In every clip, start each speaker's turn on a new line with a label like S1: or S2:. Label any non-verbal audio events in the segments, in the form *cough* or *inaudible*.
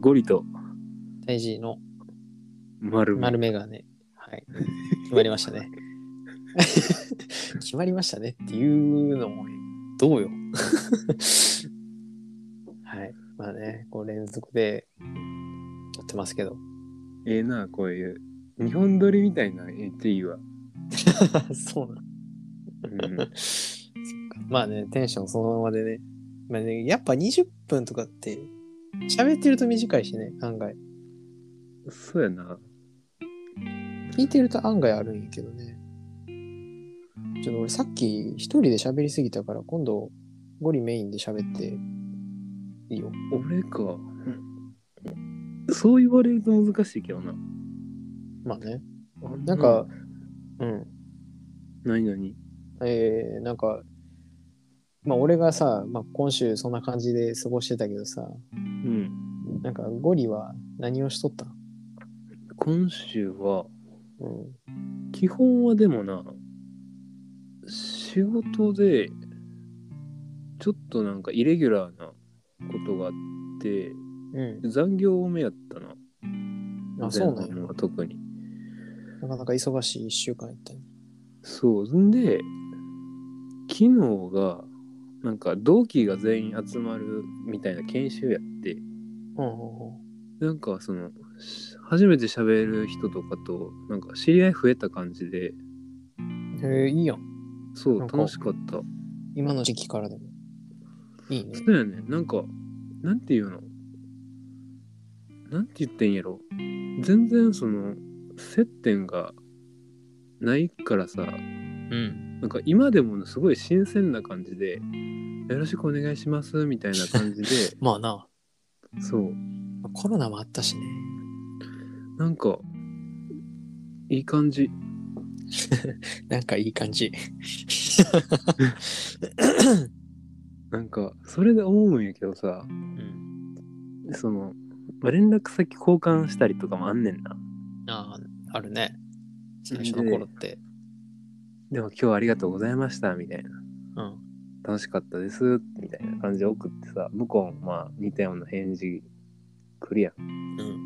S1: ゴリと
S2: 大事の
S1: 丸め
S2: 丸メガネ。はい。決まりましたね。決まりましたねっていうのも、どうよ。 *laughs* はい。まあね、こう連続で撮ってますけど。 *laughs*
S1: ええなこういう日本撮りみたいなえっていいわ、
S2: そうなん
S1: うん、
S2: *laughs* まあね、テンションそのままでね。まあね、やっぱ20分とかって、喋ってると短いしね、案外。
S1: そうやな
S2: 聞いてると案外あるんやけどね。ちょっと俺さっき一人で喋りすぎたから、今度ゴリメインで喋っていいよ。
S1: 俺かそう言われると難しいけどな
S2: まあね。
S1: あ
S2: なんか、うん。
S1: 何何
S2: えー、なんか、まあ俺がさ、まあ今週そんな感じで過ごしてたけどさ、
S1: うん
S2: なんかゴリは何をしとった
S1: 今週は
S2: うん。
S1: 基本はでもな仕事でちょっとなんかイレギュラーなことがあって
S2: う。
S1: 残業多めやったなん
S2: あ、そうな
S1: 前
S2: んや。
S1: 半は特に
S2: なかなか忙しい一週間やったね。
S1: そうんで昨日がなんか同期が全員集まるみたいな研修やって
S2: うんうんうん。
S1: なんかそのし初めて喋る人とかとなんか知り合い増えた感じで
S2: へえいいやん。
S1: そう
S2: なんか
S1: 楽しかった
S2: 今の時期からでも。いいね。
S1: そうやねなんかなんていうのなんて言ってんやろ全然その接点がないからさ
S2: うん。
S1: なんか今でもすごい新鮮な感じで「よろしくお願いします」みたいな感じ
S2: *laughs*
S1: で
S2: まあな、
S1: そう
S2: コロナもあったしね。
S1: なんかいい感じ
S2: なんかいい感じ。
S1: なんかそれで思うんやけどさ
S2: うん。
S1: その、まあ、連絡先交換したりとかもあんねんな
S2: ああ、あるね。最初の頃って。
S1: でも今日はありがとうございましたみたいな
S2: うん。
S1: 楽しかったですみたいな感じで送ってさ向こうもまあ似たような返事来るやん
S2: うん。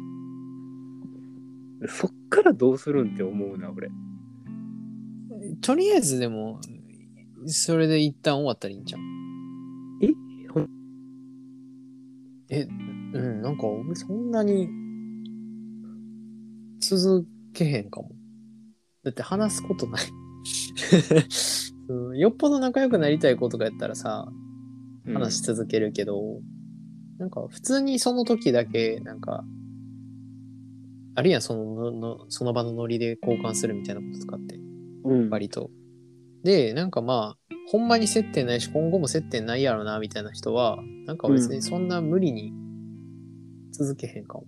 S1: そっからどうするんって思うな俺
S2: とりあえずでも、それで一旦終わったらいいんじゃん。
S1: え
S2: え、うん、なんか俺そんなに続けへんかも。だって話すことない、 *laughs* うんよっぽど仲良くなりたい子とかやったらさ、話し続けるけど、なんか普通にその時だけ、なんか、あるいはそのののその場のノリで交換するみたいなこととかって、
S1: うん
S2: 割と。で、なんかまあ、ほんまに接点ないし、今後も接点ないやろな、みたいな人は、なんか別にそんな無理に続けへんかも。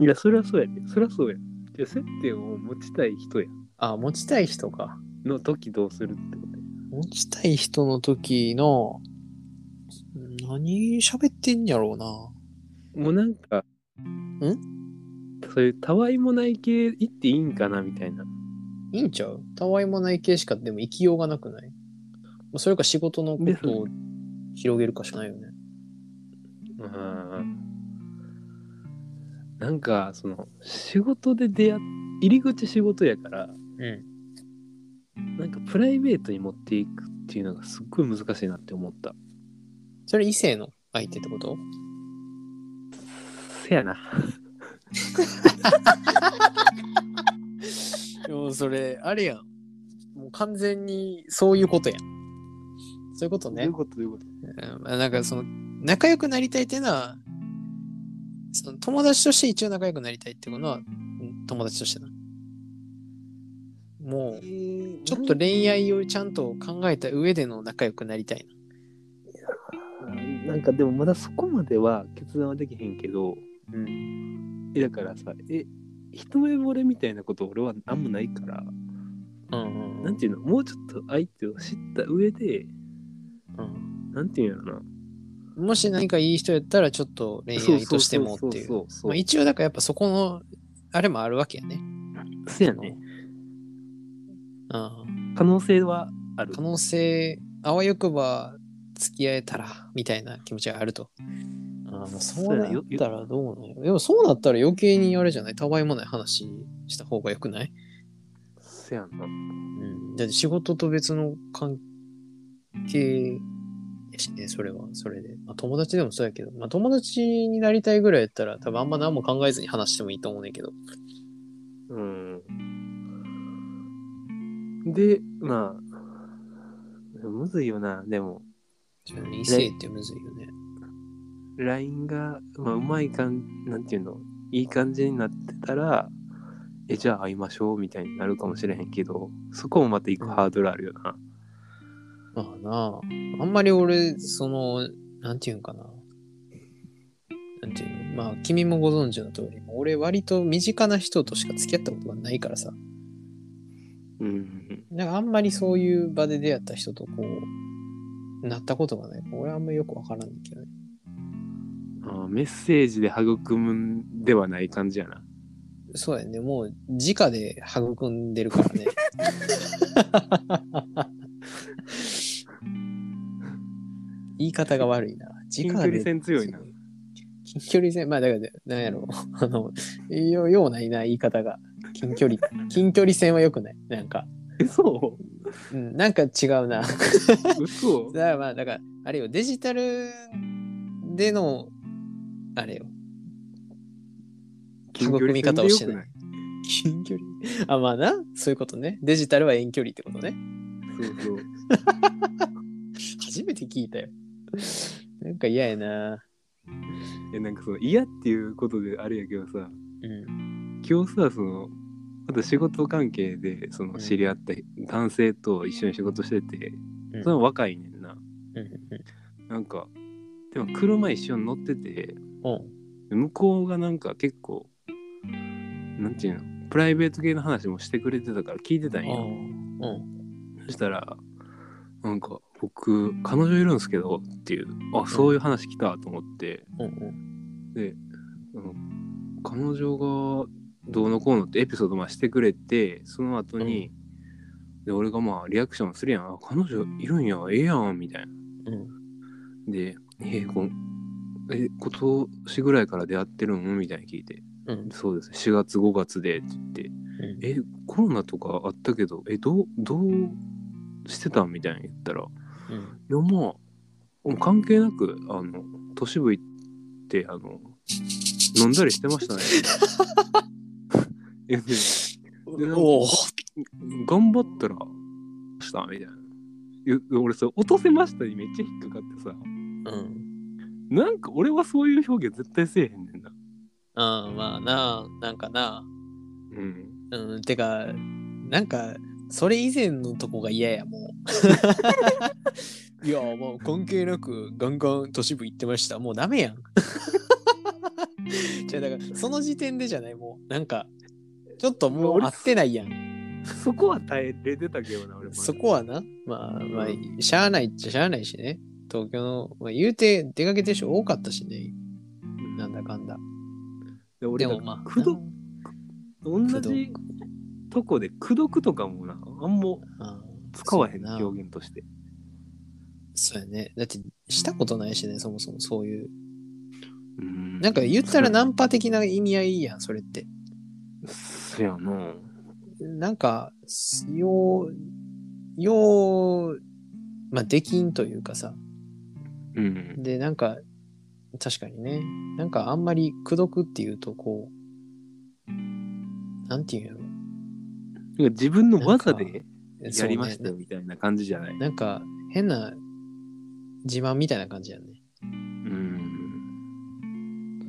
S1: いやそりゃそうやでそりゃそうやじゃあ接点を持ちたい人や
S2: あ、持ちたい人か。
S1: の時どうするってこ
S2: 持ちたい人の時の、何喋ってんやろうな。
S1: ともうなんかそういうたわいもない系行っていいんかなみたいない
S2: いんちゃうたわいもない系しかでも生きようがなくないまあそれか仕事のことを広げるかしかないよね。
S1: うんなんかその仕事で出会っ入り口仕事やから
S2: う
S1: なんかプライベートに持っていくっていうのがすっごい難しいなって思った。
S2: ん。それ異性の相手ってこと
S1: せやな。
S2: でもそれ、あれやん。もう完全にそういうことやん。そういうこと
S1: ど
S2: ね。
S1: ことどういうこと
S2: うんまあなんかその、仲良くなりたいっていうのは、その友達として一応仲良くなりたいっていうのは、うん友達としてな。もう、ちょっと恋愛をちゃんと考えた上での仲良くなりたい
S1: なんかでもまだそこまでは決断はできへんけど、
S2: な。うん。
S1: えだからさ、え、一目惚れみたいなこと俺はあんまないから、
S2: うんうんう
S1: なん
S2: ん。
S1: ていうの、もうちょっと相手を知った上で、
S2: うん
S1: なんていうんやろな。
S2: もし何かいい人やったら、ちょっと恋愛としてもっていう。
S1: そうそうそうそう
S2: まあ、一応、だからやっぱそこの、あれもあるわけやね。
S1: せやね。
S2: うん。
S1: 可能性はある
S2: 可。能性あわよくば付き合えたらみたいな気持ちがあると。うんあー、まあそうなったらどうなんよ。でもそうなったら余計にあれじゃないたわいもない話した方がよくない、
S1: せやな。
S2: うん、だって仕事と別の関係やしね、それは、それで。まあ友達でもそうやけど、まあ友達になりたいぐらいやったら多分あんま何も考えずに話してもいいと思うねんけど。
S1: うん。で、まあ、むずいよな、でも。
S2: それ異性ってむずいよね。
S1: LINE が、まあ、うまいかん、なんていうの、いい感じになってたら、え、じゃあ会いましょうみたいになるかもしれへんけど、そこもまた行くハードルあるよな。
S2: まあなあ、あんまり俺、その、なんていうんかな。なんていうのまあ、君もご存知の通り、俺割と身近な人としか付き合ったことがないからさ。
S1: うん。
S2: なんかあんまりそういう場で出会った人とこう、なったことがない。俺はあんまよくわからんけどね。
S1: あーメッセージで育むんではない感じやな。
S2: そうやね。もう、直で育んでるから
S1: *laughs*
S2: ね。言い方が悪いな。
S1: 近距離戦強いな。
S2: 近距離戦、まあだから、なんやろ *laughs* う。あの、よようないな、言い方が。近
S1: *laughs*
S2: 距離、近距離戦は良くない。なんか、
S1: え、そ
S2: うん、なんか違うな。 *laughs*
S1: う嘘
S2: だからまあだからあれよデジタルでのあれよ
S1: 近距離戦でよくない。
S2: 近距離あまあなそういうことねデジタルは遠距離ってことね
S1: そうそう。
S2: 初めて聞いたよなんか嫌やな
S1: え、なんかその嫌っていうことであれやけどさ、
S2: うん
S1: 今日さそのまた仕事関係でその知り合った男性と一緒に仕事してて、
S2: うん
S1: その若いねんな
S2: うん
S1: なんかでも車一緒に乗ってて
S2: うん
S1: 向こうがなんか結構なんていうのプライベート系の話もしてくれてたから聞いてたん
S2: う
S1: よ
S2: んうん
S1: そしたらなんか僕彼女いるんですけどっていうあそういう話来たと思って、
S2: うん
S1: であの彼女がどうのこうのってエピソードまあしてくれてその後に、で俺がまあリアクションするやんあ彼女いるんやええやんみたいな
S2: うん
S1: で「えこえ今年ぐらいから出会ってるの?」みたいに聞いて
S2: うん
S1: 「そうです4月5月で」って言って「えコロナとかあったけどえどうどうしてたん?」みたいに言ったら
S2: うん
S1: いやまあ関係なくあの都市部行ってあの飲んだりしてましたね。
S2: *laughs*
S1: いやで
S2: うんおお
S1: も頑張ったらしたみたいな。いや俺それ落とせましたにめっちゃ引っかかってさ
S2: うん
S1: なんか俺はそういう表現絶対せえへんねんな。
S2: ああまあななんかな
S1: うん、
S2: うんてかなんかそれ以前のとこが嫌やもう *laughs* いやもう関係なくガンガン都市部行ってましたもうダメやん *laughs* じゃあだからその時点でじゃないもうなんかちょっともう合ってないやん
S1: そこは耐えれてたけどな俺も。
S2: そこはなまあまあしゃあないっちゃしゃあないしね東京の、まあ、言うて出かけてる人多かったしねなんだかんだ
S1: で俺
S2: で
S1: なん
S2: も
S1: か
S2: まあ
S1: くど同
S2: くど
S1: じとこで「どくとかもなあんま
S2: あ
S1: 使わへん
S2: そうやな
S1: 表現として。
S2: そうやねだってしたことないしねそもそもそういう
S1: うん
S2: なんか言ったらナンパ的な意味合いやん、それって。
S1: そやな。
S2: なんか、すよう、よう、まあ、できんというかさ。
S1: うん。
S2: で、なんか、確かにね。なんかあんまり、くどくっていうと、こう、なんていうんやろ。
S1: なんか自分の技
S2: なん
S1: でや
S2: そうね
S1: りましたよみたいな感じじゃない。
S2: なんか、変な自慢みたいな感じやね。
S1: うん。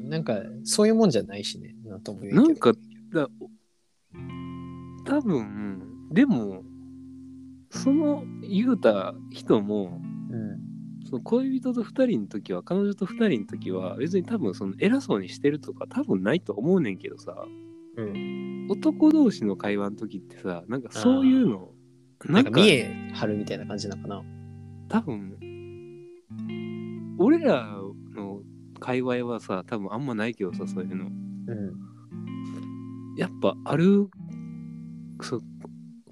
S2: なんか、そういうもんじゃないしね。なんとも言えんけ
S1: な
S2: ど
S1: んか、だ多分、でも、その言うた人も、
S2: うん。
S1: その恋人と2人の時は、彼女と2人の時は、別に多分その偉そうにしてるとか多分ないと思うねんけどさ、
S2: うん。
S1: 男同士の会話の時ってさ、なんかそういうの、
S2: なんか、見え張るみたいな感じなのかな。
S1: 多分俺らの界隈はさ多分あんまないけどさそういうの
S2: うん。
S1: やっぱあるそう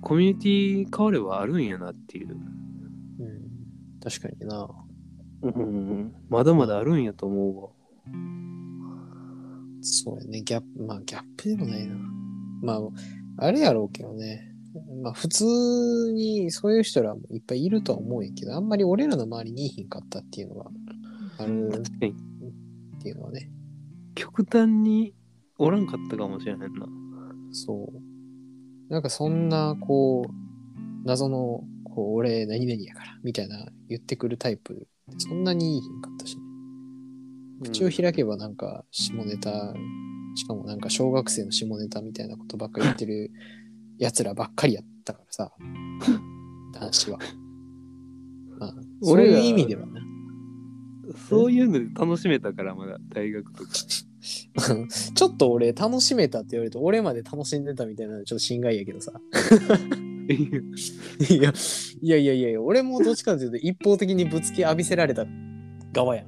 S1: コミュニティ変わればあるんやなっていう、
S2: うん。確かにな。
S1: まだまだあるんやと思うわ
S2: そうやね、ギャップ、まあギャップでもないな。まあ、あれやろうけどね。まあ普通にそういう人らもいっぱいいるとは思うんやけど、あんまり俺らの周りにいひんかったっていうのがあるっ
S1: 確かに
S2: ていうのはね。
S1: 極端におらんかったかもしれへんな。
S2: そう。なんかそんな、こう、謎の、こう、俺、何々やから、みたいな言ってくるタイプ、そんなにいい品かったし、ね、口を開けばなんか、下ネタ、しかもなんか小学生の下ネタみたいなことばっか言ってる奴らばっかりやったからさ、男子は。まあ、そう
S1: 俺
S2: い
S1: ら
S2: う意味ではな。
S1: うんそういうので楽しめたから、まだ大学とか。*laughs*
S2: *laughs* ちょっと俺、楽しめたって言われると、俺まで楽しんでたみたいなのちょっと心外やけどさ。いや、いやいやいやいや、俺もどっちかというと一方的にぶつけ浴びせられた側やん。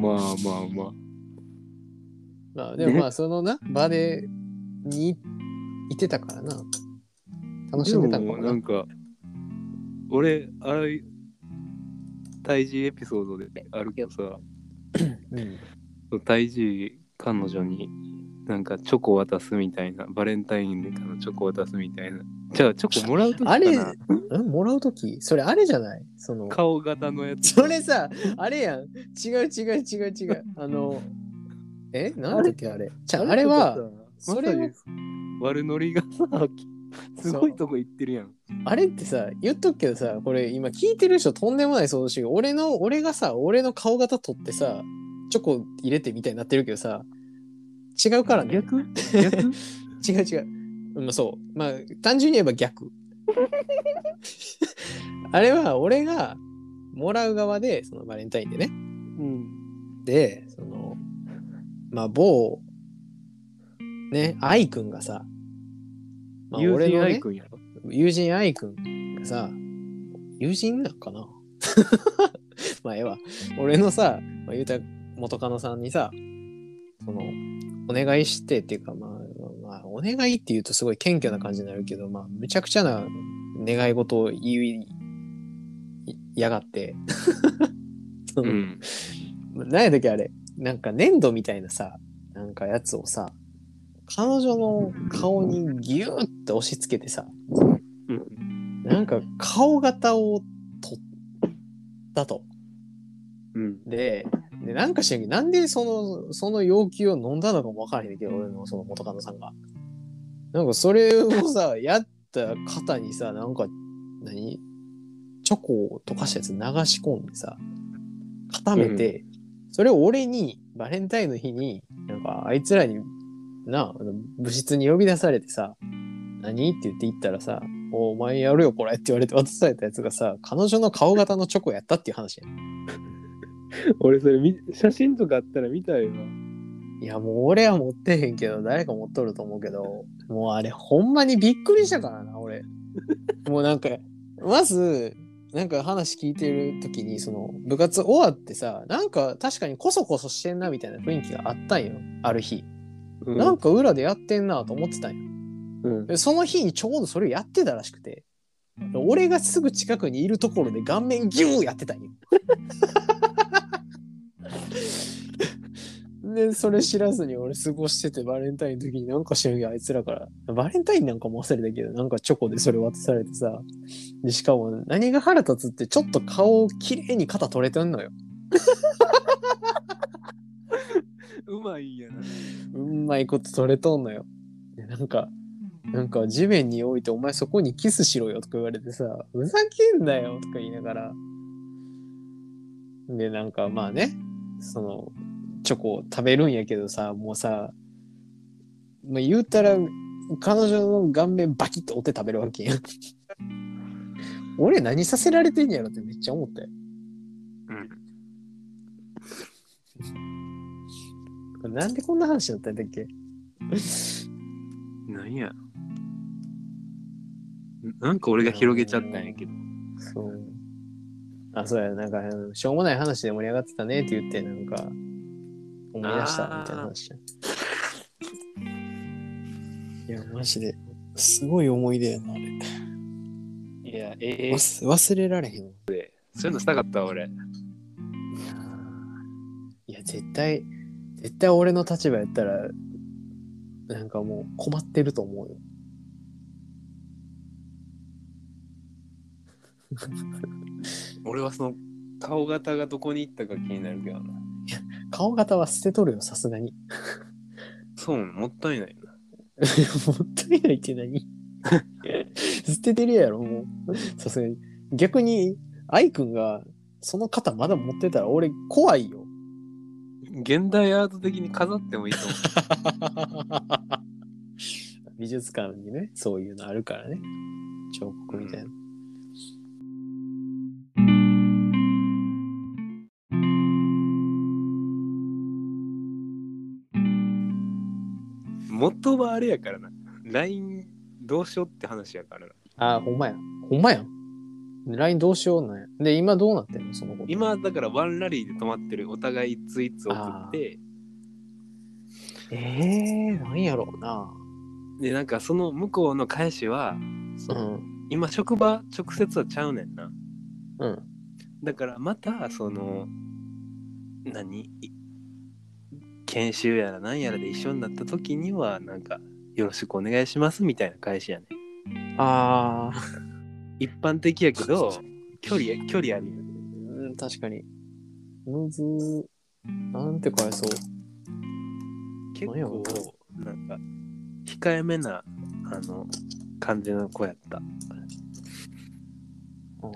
S1: まあまあまあ。
S2: まあ、でもま
S1: ね
S2: あ、そのな、場で、に、いてたからな。楽しんでたのかも
S1: な
S2: な。
S1: んか、俺、あれ、胎児エピソードであるけどさ、
S2: うん、
S1: 胎児彼女になんかチョコ渡すみたいな、バレンタインデーからチョコ渡すみたいな。じゃあチョコもらうときか
S2: あれ、
S1: なん
S2: もらうときそれあれじゃないその、
S1: 顔型のやつ。
S2: それさ、あれやん。違う違う違う違う。あの、えなんだっけあれ。じゃあ、あれは、、
S1: ま
S2: そ
S1: さ
S2: れ
S1: に
S2: は
S1: 悪ノリがさ、きすごいとこ行ってるやん。
S2: あれってさ、言っとくけどさ、これ今聞いてる人とんでもない想像してるけど俺の、俺がさ、俺の顔型取ってさ、チョコ入れてみたいになってるけどさ、違うからね。
S1: 逆逆
S2: 違う違う。まあそう。まあ、単純に言えば逆。 *laughs* あれは俺がもらう側で、そのバレンタインでね。
S1: うん。
S2: で、その、まあ某、ね、愛くんがさ、まあ
S1: 友
S2: 俺
S1: 人
S2: の
S1: 愛
S2: ね、
S1: くんやろ。
S2: 友人愛くんがさ、友人なんかな *laughs* まあええわ。俺のさ、まあ、言うたら元カノさんにさ、その、お願いしてっていうか、まあ、まあ、お願いって言うとすごい謙虚な感じになるけど、まあ、むちゃくちゃな願い事を言い、いやがって。 *laughs* その
S1: うん。
S2: 何やったっけあれなんか粘土みたいなさなんかやつをさ彼女の顔にギューって押し付けてさ
S1: うん
S2: なんか顔型を取ったと。
S1: うん。
S2: ででなんかしらんけどなんでそのその要求を飲んだのかも分からへんけど俺のその元カノさんが。なんかそれをさやった方にさなんか何チョコを溶かしたやつ流し込んでさ固めて、それを俺にバレンタインの日になんかあいつらになあの部室に呼び出されてさ何って言って行ったらさおお前やるよこれって言われて渡されたやつがさ彼女の顔型のチョコやったっていう話や
S1: 俺それ見写真とかあったら見たいわ。
S2: いや、もう俺は持ってへんけど、誰か持っとると思うけど、もうあれ、ほんまにびっくりしたからな、俺。もうなんか、まず、なんか話聞いてる時に、その、部活終わってさ、なんか確かにこそこそしてんなみたいな雰囲気があったんよ、ある日。
S1: うん
S2: なんか裏でやってんなと思ってたんよ。
S1: うん
S2: でその日にちょうどそれをやってたらしくて、俺がすぐ近くにいるところで顔面ギューやって
S1: *laughs*
S2: たんよ。で、それ知らずに俺過ごしてて、バレンタインの時になんか知らんけど、あいつらから。バレンタインなんかも忘れたけど、なんかチョコでそれ渡されてさ。で、しかも何が腹立つって、ちょっと顔を綺麗に肩取れてんのよ。
S1: うまいんやな。
S2: うまいこと取れとんのよ。で、なんか、なんか地面に置いて、お前そこにキスしろよとか言われてさ、ふざけんなよとか言いながら。で、なんかまあね、その、チョコを食べるんやけどさ、もうさ、まあ、言うたら、彼女の顔面バキッと折って食べるわけ *laughs* やん。俺何させられてんやろってめっちゃ思ったよ。これなんでこんな話になったんだっけ
S1: なんや。なんか俺が広げちゃったんやけど。
S2: そう。あ、そうや、なんか、うんしょうもない話で盛り上がってたねって言って、なんか、思い出したみたいな話や。いや、マジで、すごい思い出やな、あれ。
S1: いや、ええ
S2: 忘忘れられへんわ。
S1: そういうのしたかったわ俺。
S2: 絶対、絶対俺の立場やったら、なんかもう困ってると思うよ。
S1: 俺はその顔型がどこに行ったか気になるけどな。
S2: 顔型は捨てとるよ、さすがに。
S1: そうなのもったいないな。
S2: *laughs* もったいない *laughs* って何捨ててるやろ、もう。さすがに。逆に、愛くんが、その肩まだ持ってたら俺怖いよ。 *laughs*
S1: 現代アート的に飾ってもいいと思う。 *laughs*
S2: 美術館にね、そういうのあるからね。彫刻みたいな。
S1: 元はあれやからな。LINE どうしようって話やからな。
S2: あー、ほんまや。ほんまやん。LINE どうしようなんや。で、今どうなってんのそのこと。
S1: 今だからワンラリーで止まってるお互いツイーツ送って、
S2: えー、なんやろうな。
S1: で、なんかその向こうの返しは、そうの
S2: ん。
S1: 今職場直接はちゃうねんな。
S2: うん。
S1: だからまたその何い研修やら何やらで一緒になった時にはなんかよろしくお願いしますみたいな返しやね
S2: ああ、
S1: 一般的やけど距離距離あるよね
S2: うん、確かに。むずーなんて返そう。
S1: 結
S2: なんやろ
S1: 構なんか控えめなあの感じの子やった
S2: うん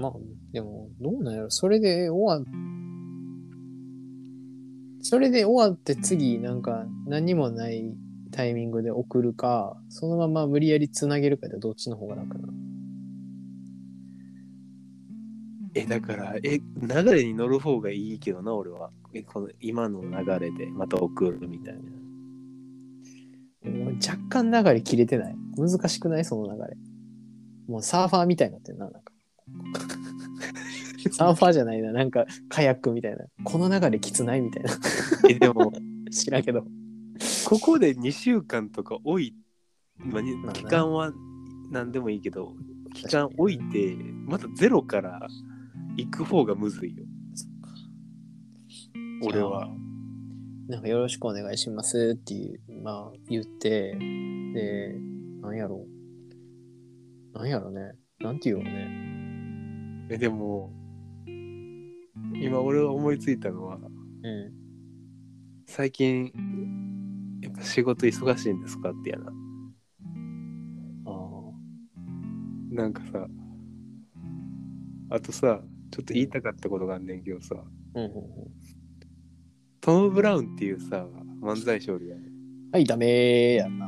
S2: まあ、でも、どうなんやろ。それで終わっ、それで終わって次、なんか、何もないタイミングで送るか、そのまま無理やり繋げるかでどっちの方が楽な。
S1: えだからえ流れに乗る方がいいけどな俺はえこの今の流れでまた送るみたい *laughs* な
S2: もう若干流れ切れてない。難しくないその流れ。もうサーファーみたいになってるな、なんか。サーファーじゃないな、なんか、カヤックみたいな。この流れきつないみたいな。 *laughs*
S1: えでも
S2: 知らんけど。
S1: ここで2週間とか置い、まあに
S2: まあな
S1: 期間は何でもいいけど期間
S2: 確か
S1: 置い
S2: に
S1: てまたゼロから行く方がむずいよ俺は。
S2: なんかよろしくお願いしますっていう、まあ言って、で、なんやろう。なんやろね。なんて言うのね。
S1: えでも今俺が思いついたのは
S2: う。
S1: 最近やっぱ仕事忙しいんですかってやなん
S2: あ
S1: なんかさあとさちょっと言いたかったことがあんねんけどさ
S2: あ。うんうんうん。
S1: トム・ブラウンっていうさ漫才勝利やね
S2: はい、ダメーやんな。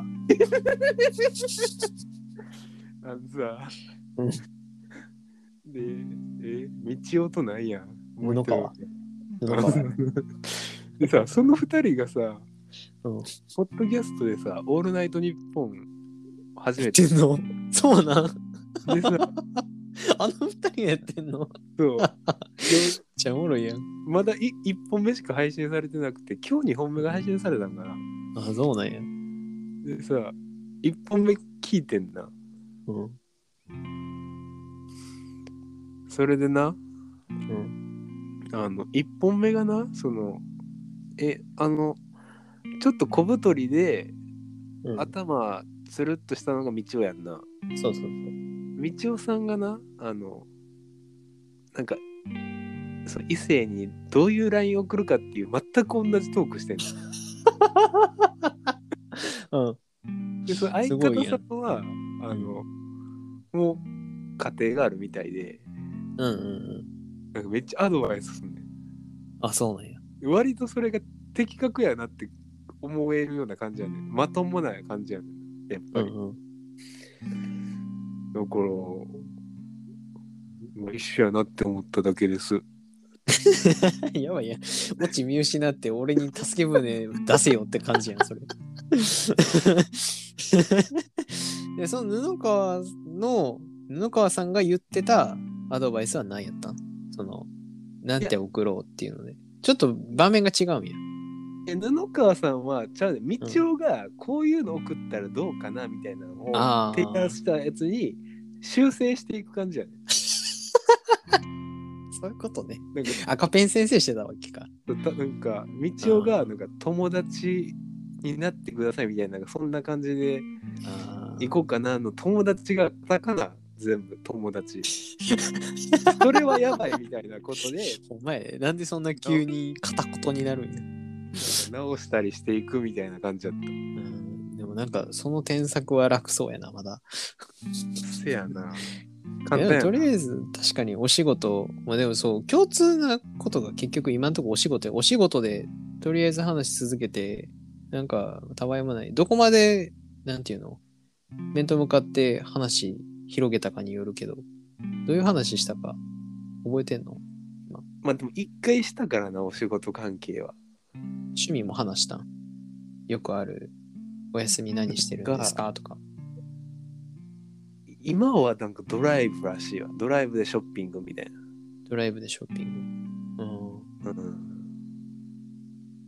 S1: あのさ、
S2: うん
S1: で、え、道音ないやん。
S2: 布川布
S1: もう
S2: 川
S1: 一人。 *laughs* でさ、その二人がさ、
S2: うん
S1: ポッドキャストでさ、オールナイトニッポン初めて
S2: *laughs* 言ってんのそうなん。
S1: でさ、
S2: あの二人がやってんの
S1: そう。で
S2: じゃあおもろいやん。
S1: まだい一本目しか配信されてなくて、今日二本目が配信されたんかな。
S2: あ、そうなんや。
S1: でさ、一本目聞いてんな。
S2: うん。
S1: それでな、
S2: うん。
S1: あの1本目がなそのえあのちょっと小太りで、
S2: うん
S1: 頭つるっとしたのが道夫やんな
S2: そうそうそう。
S1: 道夫さんがなあのなんかその異性にどういう LINE を送るかっていう全く同じトークしてんの
S2: うん。
S1: でその相
S2: すごい
S1: 方
S2: や
S1: さんはあのもう家庭があるみたいで
S2: うんうんうん。
S1: なんかめっちゃアドバイスすんねん
S2: あ、そうなんや。
S1: 割とそれが的確やなって思えるような感じやねんまともな感じやねんやっぱ
S2: う
S1: り、
S2: んうん。
S1: だからもう一緒やなって思っただけです
S2: *laughs* やばいやん。オチ見失って俺に助け舟出せよって感じやん、それ。 *laughs* で、その布川の、布川さんが言ってたアドバイスは何やったんその、なんて送ろうっていうので。ちょっと場面が違うんや。
S1: え布川さんはちゃうねみちおがこういうの送ったらどうかなみたいなのを
S2: あー
S1: 提案したやつに修正していく感じやね
S2: そういうことね。
S1: なんか
S2: 赤ペン先生してたわけか。
S1: *laughs* たなんかみちおがなんか友達になってくださいみたいななんかそんな感じで
S2: あ
S1: 行こうかなの友達がカタカナ全部友
S2: *laughs*
S1: 達それはやばいみたいなことでなんか
S2: お前、なんでそんな急に片言になるんや。
S1: 直したりしていくみたいな感じだった
S2: うん、でもなんか、その添削は楽そうやな、まだ。
S1: せやな
S2: で
S1: 簡単
S2: も
S1: や
S2: とりあ
S1: な
S2: えず、確かにお仕事、まあでもそう、共通なことが結局今のところお仕事で、お仕事で、とりあえず話し続けて、なんか、たわいもない。どこまで、なんていうの面と向かって話広げたかによるけど、どういう話したか覚えてんの
S1: まあでも一回したからなお仕事関係は
S2: 趣味も話したんよくある、お休み何してるんですかとか。
S1: 今はなんかドライブらしいわドライブでショッピングみたい
S2: ドライブでショッピング。うん。
S1: な、う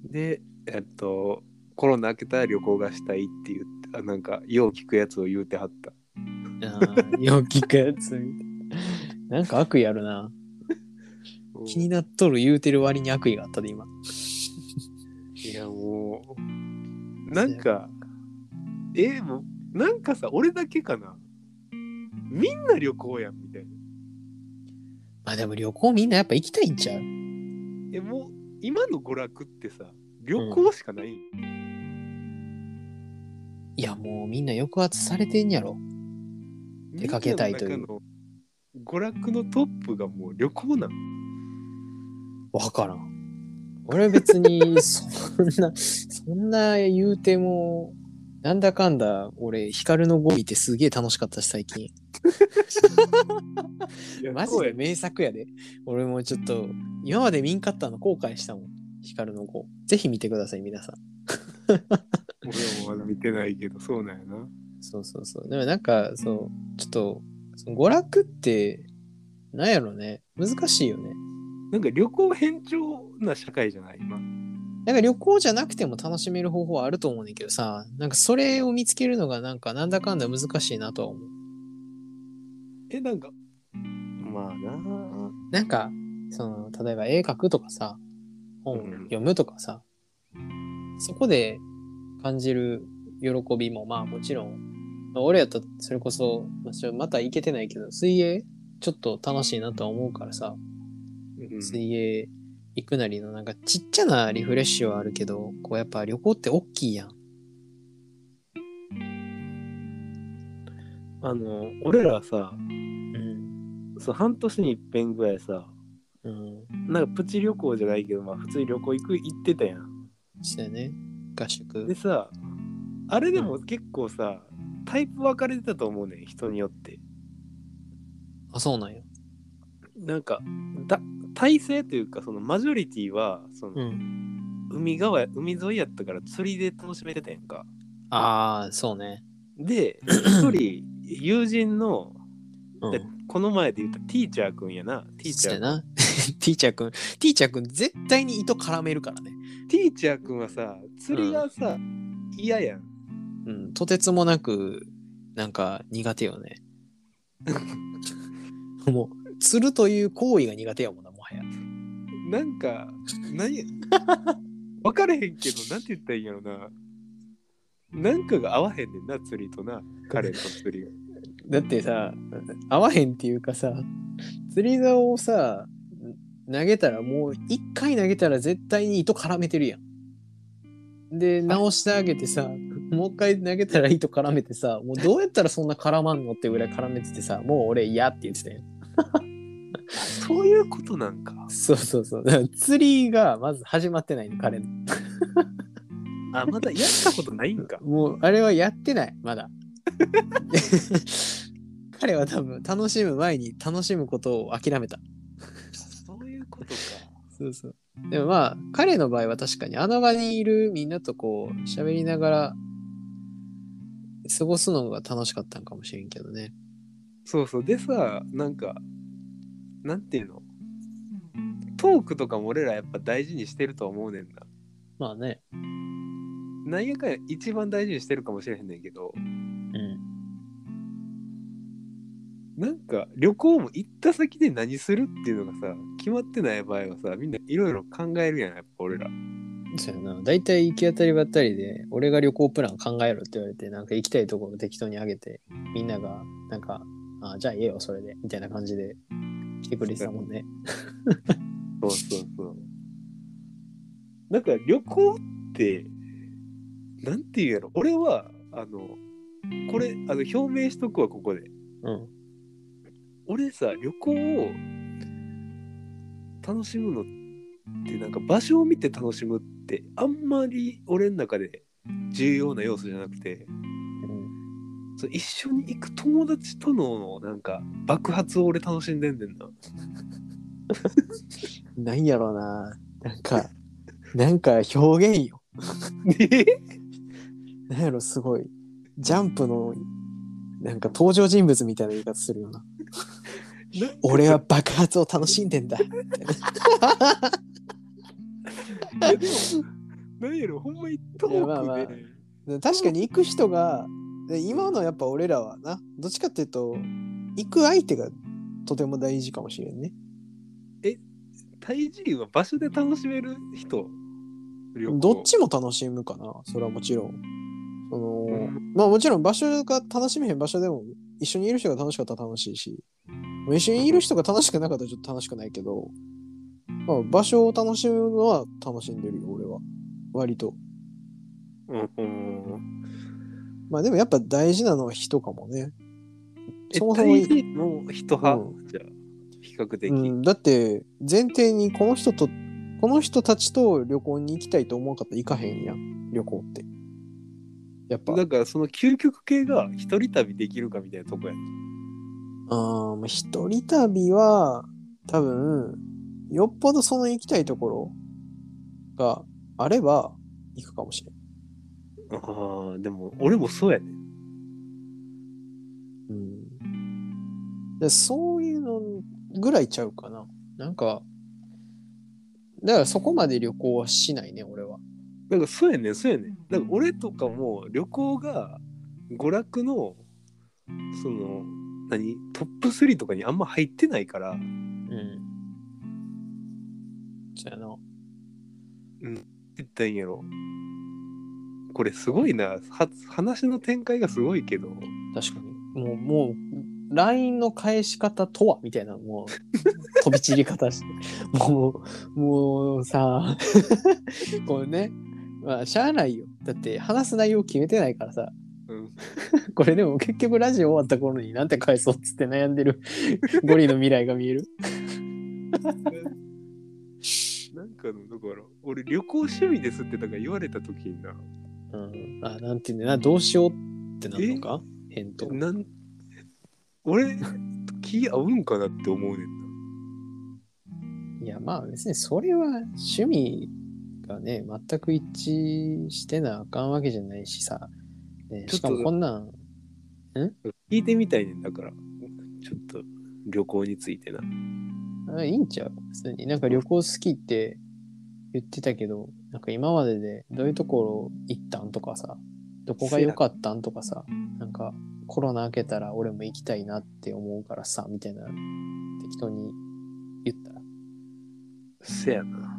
S1: ん、でえっとコロナ明けたら旅行がしたいって言ってあなんかよう聞くやつを言うてはった
S2: ああ、よく聞くやつみたいな。なんか悪意あるな。気になっとる言うてる割に悪意があったで、今。
S1: いやもうなんかえー、もうなんかさ俺だけかなみんな旅行やんみたいな
S2: まあでも旅行みんなやっぱ行きたいんちゃう
S1: えもう今の娯楽ってさ旅行しかない、
S2: いや、もうみんな抑圧されてんやろ。出かけたいという
S1: みんなの中の娯楽のトップがもう旅行なの
S2: わからん。俺別 *laughs* に、そんな、そんな言うても、なんだかんだ、俺、光の語尾ってすげえ楽しかったし、最近。マジで名作やで。俺もちょっと、今まで見んかったの後悔したもん。光の語。ぜひ見てください、皆さん。
S1: 俺もまだ見てないけどそうなんやな
S2: そうそうそう。でもなんか、そう、ちょっと、その娯楽って、なんやろね。難しいよね。
S1: なんか旅行偏重な社会じゃない今
S2: なんか旅行じゃなくても楽しめる方法はあると思うねんだけどさ、なんかそれを見つけるのがなんかなんだかんだ難しいなとは思う。
S1: えなんかまあな
S2: なんか、その、例えば絵描くとかさ、
S1: う
S2: 本
S1: ん
S2: 読むとかさ、そこで感じる喜びもまあもちろん、まあ、俺やったらそれこそ、まあちょまた行けてないけど、水泳ちょっと楽しいなとは思うからさ、
S1: うん
S2: 水泳行くなりのなんかちっちゃなリフレッシュはあるけど、こうやっぱ旅行って大きいやん。
S1: あの俺らさ
S2: うん。
S1: そう半年に一遍ぐらいさ
S2: うん。
S1: なんかプチ旅行じゃないけどまあ普通に旅行行く行ってたやん
S2: そうやね。合宿
S1: で。さあれでも結構さタイプ分かれてたと思うねん人によって
S2: あ、そうなんや。
S1: なんかだ体制というかそのマジョリティはその、
S2: ん。
S1: 海側海沿いやったから釣りで楽しめてたやんか
S2: ああ、そうね。
S1: で一人友人の
S2: う
S1: で
S2: ん。
S1: この前で言ったティーチャーくんやなティーチ
S2: そう
S1: ャー
S2: や *laughs* な。ティーチャーくん、ティーチャーくん絶対に糸絡めるからね。
S1: ティーチャーくんはさ釣りがさ嫌、やん
S2: うん。とてつもなく、なんか苦手よ *laughs* ね。もう、釣るという行為が苦手やもんな、もはや。
S1: なんか *laughs* 何分かれへんけどなんて言ったらいいんやろななんかが合わへんねんな釣りとな彼と釣りが
S2: だってさ、合わへんっていうかさ、釣り竿をさ、投げたらもう一回投げたら絶対に糸絡めてるやん。で、直してあげてさ、もう一回投げたら糸絡めてさ、もうどうやったらそんな絡まんのってぐらい絡めててさ、もう俺嫌って言ってたよ。
S1: そういうことなんか
S2: そうそうそう。だから釣りがまず始まってないの、彼の。
S1: あまだやったことないんか
S2: もうあれはやってない、ま *laughs* だ。彼は多分楽しむ前に楽しむことを諦めた。
S1: そういうことか
S2: そうそう。でもまあ、彼の場合は確かに、あの場にいるみんなとこう、喋りながら、過ごすのが楽しかったんかもしれんけどね。
S1: そうそうでさなんかなんていうのトークとかも俺らやっぱ大事にしてると思うねんな
S2: まあね。
S1: なんやかんや一番大事にしてるかもしれへんねんけど
S2: うん。
S1: なんか旅行も行った先で何するっていうのがさ決まってない場合はさみんないろいろ考えるやんやっぱ俺ら
S2: そうやな。大体行き当たりばったりで、俺が旅行プラン考えろって言われて、なんか行きたいところ適当にあげて、みんなが、なんか、あじゃあ言えよ、それで、みたいな感じで来てくれてたもんね。
S1: そうそうそうなんか旅行ってなんていうんやろ俺はあのこれあの表明しとくわここで
S2: うん。
S1: 俺さ旅行を楽しむのってなんか場所を見て楽しむってあんまり俺の中で重要な要素じゃなくて
S2: うん
S1: そう一緒に行く友達とのなんか爆発を俺楽しんでんねん
S2: *laughs*
S1: な。
S2: なんやろうな。なんか、なんか表現よ。
S1: *laughs*
S2: なんやろ、すごい。ジャンプの、なんか登場人物みたいな言い方するよな。俺は爆発を楽しんでんだ。
S1: でもなんやろほんまにト
S2: いやまあまあ
S1: ークで
S2: 確かに行く人がで今のやっぱ俺らはなどっちかっていうと行く相手がとても大事かもしれんね
S1: 大事は場所で楽しめる人旅行
S2: どっちも楽しむかなそれはもちろんその、
S1: うん
S2: まあもちろん場所が楽しめへん場所でも一緒にいる人が楽しかったら楽しいしもう一緒にいる人が楽しくなかったらちょっと楽しくないけど、まあ、場所を楽しむのは楽しんでるよ俺は割と
S1: うんうん
S2: まあでもやっぱ大事なのは人かもね
S1: え
S2: そもそも
S1: 大事の人派、
S2: う
S1: じゃあ比較的、
S2: うん、だって前提にこの人とこの人たちと旅行に行きたいと思わんかったら行かへんやん旅行ってやっぱ
S1: だからその究極系が一人旅できるかみたいなとこや
S2: あーまあ一人旅は多分よっぽどその行きたいところがあれば行くかもしれ
S1: あ
S2: ん、
S1: ーでも俺もそうやね
S2: うん、でそういうのぐらいちゃうかななんかだからそこまで旅行はしないね俺は
S1: なんかそうやねんそうやねんだから俺とかも旅行が娯楽のその何トップ3とかにあんま入ってないから
S2: うんじゃあな
S1: 言ったらいいんやろこれすごいなは話の展開がすごいけど
S2: 確かに。もう、もう、LINE の返し方とはみたいな、もう、飛 *laughs* び散り方して。もう、もうさ、 *laughs* こうね、まあ、しゃあないよ。だって、話す内容決めてないからさ、
S1: *laughs* うん
S2: これでも結局ラジオ終わった頃になんて返そうっつって悩んでるゴリの未来が見える。
S1: なんかのだから俺旅行趣味ですってだから言われた時にな
S2: うん。あ、なんていうんだな、どうしようってなるのか返答。
S1: なん俺気合うんかなって思うねん
S2: いや、まあ別にそれは趣味がね、全く一致してなあかんわけじゃないしさ。ね、
S1: ちょっと
S2: しかもこんなん、
S1: な聞いてみたいねんだからちょっと旅行についてな
S2: あいいんちゃう普通に。なんか旅行好きって言ってたけど、なんか今まででどういうところ行ったんとかさ、どこが良かったんとかさ、なんかコロナ明けたら俺も行きたいなって思うからさ、みたいな、適当に言ったら。
S1: せやな